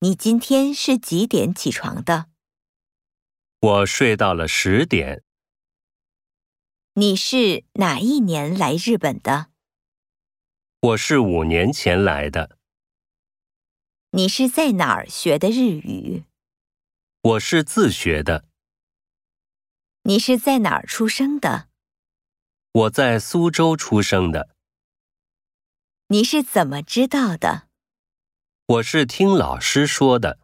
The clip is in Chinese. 你今天是几点起床的？我睡到了十点。你是哪一年来日本的？我是五年前来的，你是在哪儿学的日语？我是自学的。你是在哪儿出生的？我在苏州出生的，你是怎么知道的？我是听老师说的。